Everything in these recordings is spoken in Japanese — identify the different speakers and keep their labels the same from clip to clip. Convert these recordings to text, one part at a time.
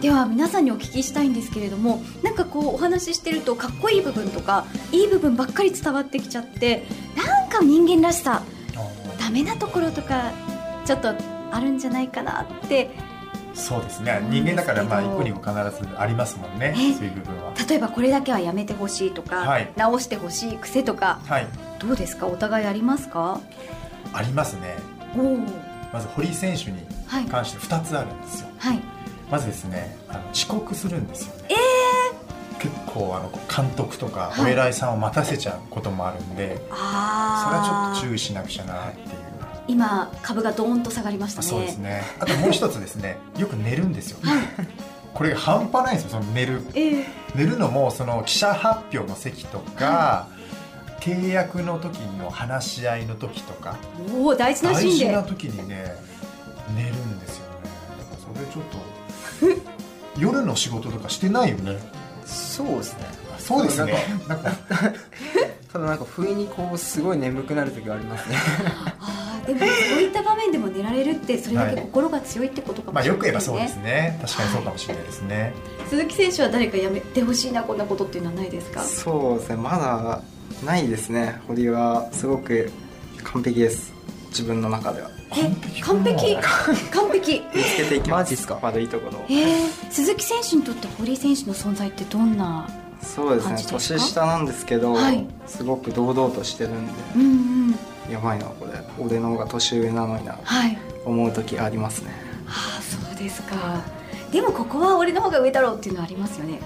Speaker 1: では皆さんにお聞きしたいんですけれどもなんかこうお話ししてるとかっこいい部分とかいい部分ばっかり伝わってきちゃってなんか人間らしさダメなところとかちょっとあるんじゃないかなって
Speaker 2: そうですね人間だからまあ一個にも必ずありますもんね
Speaker 1: え
Speaker 2: そういう部分は
Speaker 1: 例えばこれだけはやめてほしいとか、
Speaker 2: はい
Speaker 1: 直してほしい癖とか
Speaker 2: はい
Speaker 1: どうですかお互いありますか
Speaker 2: ありますね
Speaker 1: おお
Speaker 2: まず堀井選手に
Speaker 1: はい
Speaker 2: 関して2つあるんですよ
Speaker 1: はい
Speaker 2: まずですねあの遅刻するんですよね、結構あの監督とかお
Speaker 1: はい
Speaker 2: 偉いさんを待たせちゃうこともあるんで、それは
Speaker 1: ああ
Speaker 2: ちょっと注意しなくちゃなっていう
Speaker 1: 今株がドーンと下がりましたね
Speaker 2: そうですねあともう一つですねよく寝るんですよこれが半端ないんですよその寝る
Speaker 1: ええ
Speaker 2: 寝るのもその記者発表の席とか、契約の時の話し合いの時とか
Speaker 1: おお大事な
Speaker 2: 大
Speaker 1: シーン
Speaker 2: 事
Speaker 1: で
Speaker 2: な時にね寝るんですよねそれちょっと夜の仕事とかしてないよね
Speaker 3: そうですね
Speaker 2: そうですねなんか
Speaker 3: ただなんか不意にこうすごい眠くなる時はありますね
Speaker 1: ああでもそういった場面でも寝られるってそれだけ心が強いってことかも
Speaker 2: まあ
Speaker 1: しれ
Speaker 2: よ
Speaker 1: な
Speaker 2: く
Speaker 1: い
Speaker 2: 言え
Speaker 1: で
Speaker 2: ば
Speaker 1: す
Speaker 2: そう
Speaker 1: ね,、
Speaker 2: ですね確かにそうかもしれないですね、
Speaker 1: 鈴木選手は誰かやめてほしいなこんなことっていうのはないですか
Speaker 3: そうですねまだないですね堀はすごく完璧です自分の中では
Speaker 1: え完璧完璧
Speaker 3: 見つけていきますマジですか悪いところを
Speaker 1: ええ鈴木選手にとって堀井選手の存在ってどんな
Speaker 3: そうですね
Speaker 1: 感じですか
Speaker 3: 年下なんですけど、
Speaker 1: はい
Speaker 3: すごく堂々としてるんで
Speaker 1: うんうん
Speaker 3: やばいなこれ俺の方が年上なのにな
Speaker 1: はい
Speaker 3: 思う時ありますね
Speaker 1: ああそうですかでもここは俺の方が上だろうっていうのはありますよね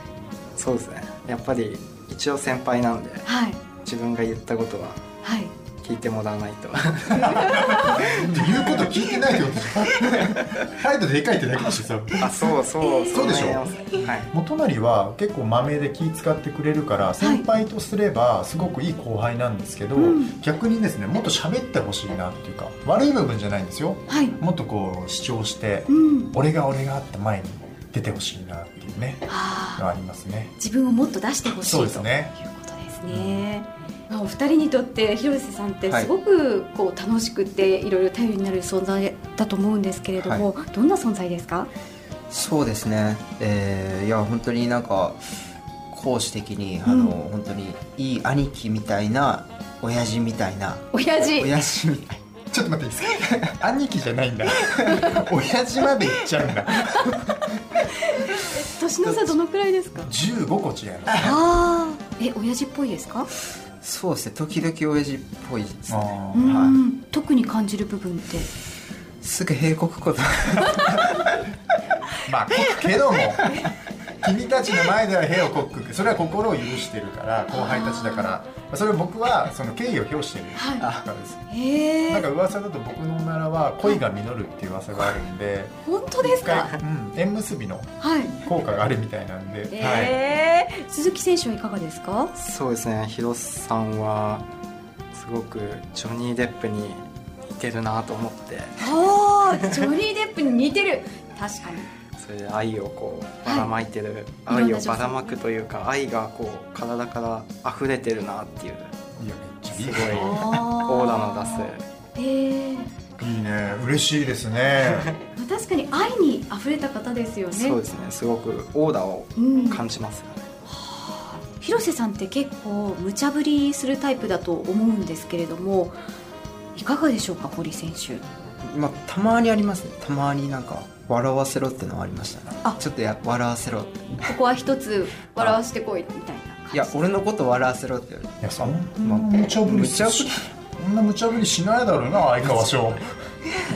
Speaker 3: そうですねやっぱり一応先輩なんで
Speaker 1: はい
Speaker 3: 自分が言ったことは
Speaker 1: はい
Speaker 3: 聞いてもらわないと
Speaker 2: 言うこと聞いてないよ態度でかいってだけでしょ
Speaker 3: あそうそう
Speaker 2: そうでしょ
Speaker 3: なりますはい
Speaker 2: 元成は結構マメで気使ってくれるから先輩とすればすごくいい後輩なんですけど、
Speaker 1: うん
Speaker 2: 逆にですねもっと喋ってほしいなっていうか悪い部分じゃないんですよ
Speaker 1: はい
Speaker 2: もっとこう主張して
Speaker 1: うん
Speaker 2: 俺が俺がって前に出てほしいなっていうね
Speaker 1: あ
Speaker 2: の
Speaker 1: あ
Speaker 2: ありますね
Speaker 1: 自分をもっと出してほしい
Speaker 2: そうですね
Speaker 1: ということですね、まあ、お二人にとって広瀬さんってすごくこう楽しくていろいろ頼りになる存在だと思うんですけれども、どんな存在ですか
Speaker 4: そうですね、えーいや本当になんか講師的にあの、本当にいい兄貴みたいな親父みたいな
Speaker 1: 親父
Speaker 4: 親父みたい
Speaker 2: ちょっと待っていい ですか兄貴じゃない んだ親父まで行っちゃうんだ
Speaker 1: 年の差どのくらいですか
Speaker 2: 15個違います
Speaker 1: ああえ親父っぽいですか、
Speaker 4: なそうですね時々親父っぽいです
Speaker 2: あ
Speaker 4: ね
Speaker 2: ー
Speaker 1: うん特に感じる部分って
Speaker 4: すぐ閉国こと
Speaker 2: まあこけども君たちの前では兵を克服それは心を許してるから後輩たちだからまあそれを僕はその敬意を表してる
Speaker 1: はい
Speaker 2: からです、
Speaker 1: へ
Speaker 2: なんか
Speaker 1: え
Speaker 2: 噂だと僕のおならは恋が実るっていう噂があるんで
Speaker 1: 本当ですか
Speaker 2: 一回うん、縁結びの
Speaker 1: はい
Speaker 2: 効果があるみたいなんで、はい、
Speaker 1: えー鈴木選手はいかがですか
Speaker 3: そうですね広瀬さんはすごくジョニー・デップに似てるなと思って
Speaker 1: ああジョニー・デップに似てる確かに
Speaker 3: それで愛をこう
Speaker 1: はい
Speaker 3: ばらまいてる、
Speaker 1: いろんな
Speaker 3: 愛を
Speaker 1: 女性
Speaker 3: ばらまくというか愛がこう体から溢れてるなっていう
Speaker 2: いやめっちゃいい
Speaker 3: す ごい
Speaker 1: オ
Speaker 3: オーラの出す
Speaker 1: 出すええ
Speaker 2: 声いいね嬉しいですね
Speaker 1: まあ確かに愛に溢れた方ですよね
Speaker 3: そうですねすごくオーラを
Speaker 1: うん、
Speaker 3: 感じますよね、
Speaker 1: 広瀬さんって結構無茶ぶりするタイプだと思うんですけれどもいかがでしょうか堀選手
Speaker 4: まあたまにありますねたまになんか笑わせろってのはありましたね
Speaker 1: あ
Speaker 4: ちょっとや笑わせろって
Speaker 1: ここは一つ笑わせてこいみたいな感じ
Speaker 4: いや俺のこと笑わせろって言われて
Speaker 2: いやそんな無茶ぶり
Speaker 4: 無茶ぶり
Speaker 2: そんな無茶ぶりしないだろうな相川翔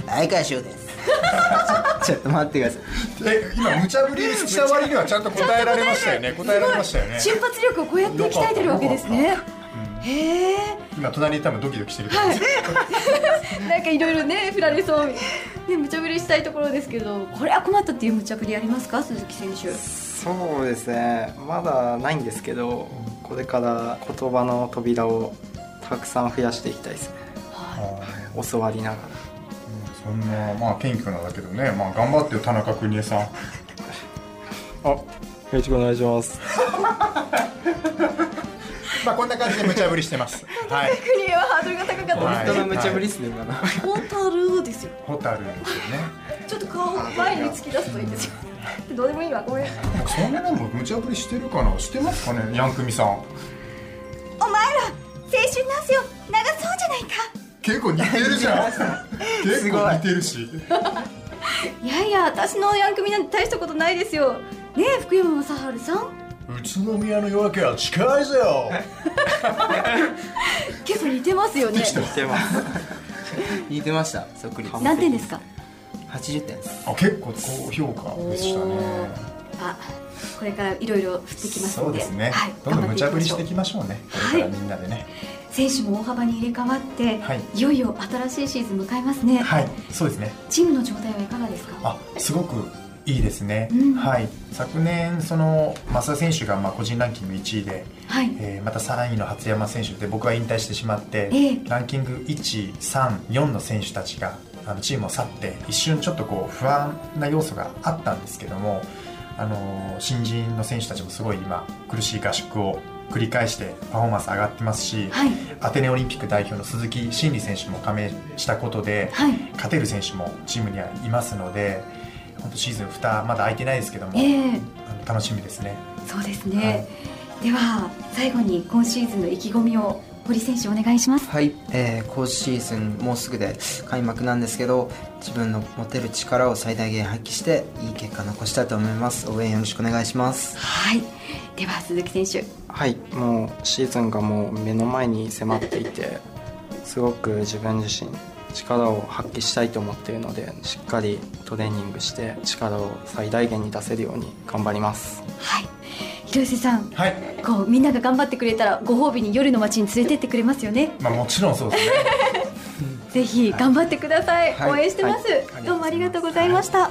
Speaker 4: 相川翔です ちょちょっと待ってください
Speaker 2: え今無茶ぶりした割にはちゃんと答えられましたよね答えられましたよね
Speaker 1: 瞬発力をこうやって鍛えてるわけですねへえ
Speaker 2: 今隣に多分ドキドキしてると思うんですよ
Speaker 1: なんかいろいろね振られそうね無茶ぶりしたいところですけどこれは困ったっていう無茶ぶりありますか鈴木選手
Speaker 3: そうですねまだないんですけどこれから言葉の扉をたくさん増やしていきたいですね
Speaker 2: あ
Speaker 3: 教わりなが
Speaker 2: ー
Speaker 3: ら
Speaker 2: そんなまあ謙虚なんだけどねまあ頑張ってよ田中邦衛さん
Speaker 3: あよろしくお願いします
Speaker 2: まあこんな感じで無茶ぶりして ます。はい。
Speaker 1: 国はハードルが高か
Speaker 2: は
Speaker 1: った
Speaker 2: い
Speaker 1: です
Speaker 3: 本当
Speaker 1: ね
Speaker 3: の無茶ぶりっすね今の
Speaker 1: ポータルですよ
Speaker 2: ホタルですよね。
Speaker 1: ちょっと顔を前に突き出すといいですよどうでもいいわごめん
Speaker 2: そんなのも無茶ぶりしてるかな。してますかね、ヤンクミさん。
Speaker 1: お前ら青春の汗を流そうじゃないか
Speaker 2: 結構似てるじ ゃん。結構似てるし。
Speaker 1: いやいや私のヤン組なんて大したことないですよねえ福山雅治さん
Speaker 2: 宇都宮の夜明けは近いぜよ。
Speaker 1: 結構似てます よね
Speaker 3: 似て ます
Speaker 4: 似てましたそっくり
Speaker 3: 完璧
Speaker 1: 何点ですか
Speaker 4: 80点です
Speaker 2: あ、結構高評価でした
Speaker 1: お
Speaker 2: ね
Speaker 1: ー。あこれからいろいろ降ってきます
Speaker 2: そ
Speaker 1: の
Speaker 2: う
Speaker 1: で
Speaker 2: ですね
Speaker 1: はい。、
Speaker 2: どんどん無茶ぶり
Speaker 1: 頑張
Speaker 2: して
Speaker 1: っ
Speaker 2: い
Speaker 1: いき
Speaker 2: きましょうね。こ
Speaker 1: はい
Speaker 2: れからみんなでね。
Speaker 1: ましょう選手も大幅に入れ替わって、
Speaker 2: はい
Speaker 1: い、よいよ新しいシーズン迎えますね、
Speaker 2: はい、そうですね。
Speaker 1: チームの状態はいかがですか
Speaker 2: あすごくいいですね、
Speaker 1: うん
Speaker 2: はい、昨年、その増田選手がまあ個人ランキング1位で、
Speaker 1: はい
Speaker 2: えーまた3位の初山選手で僕は引退してしまって、
Speaker 1: ええ
Speaker 2: ランキング1、3、4の選手たちがあのチームを去って一瞬ちょっとこう不安な要素があったんですけども、あのー新人の選手たちもすごい今苦しい合宿を繰り返してパフォーマンス上がってますし、
Speaker 1: はい
Speaker 2: アテネオリンピック代表の鈴木真理選手も加盟したことで、
Speaker 1: はい
Speaker 2: 勝てる選手もチームにはいますので本当シーズン2まだ空いてないですけども、
Speaker 1: ええ
Speaker 2: あの楽しみですね
Speaker 1: そうですね、では最後に今シーズンの意気込みを堀選手お願いします
Speaker 4: はい、えー、今シーズンもうすぐで開幕なんですけど自分の持てる力を最大限発揮していい結果残したいと思います応援よろしくお願いします
Speaker 1: はいでは鈴木選手
Speaker 3: はいもうシーズンがもう目の前に迫っていてすごく自分自身力を発揮したいと思っているのでしっかりトレーニングして力を最大限に出せるように頑張ります
Speaker 1: はい広瀬さん
Speaker 2: はい、
Speaker 1: こうみんなが頑張ってくれたらご褒美に夜の街に連れてってくれますよね
Speaker 2: まあ、もちろんそうですね
Speaker 1: ぜひ頑張ってください、
Speaker 4: はい
Speaker 1: 応援してます、
Speaker 3: はい
Speaker 1: どうもありがとうございました、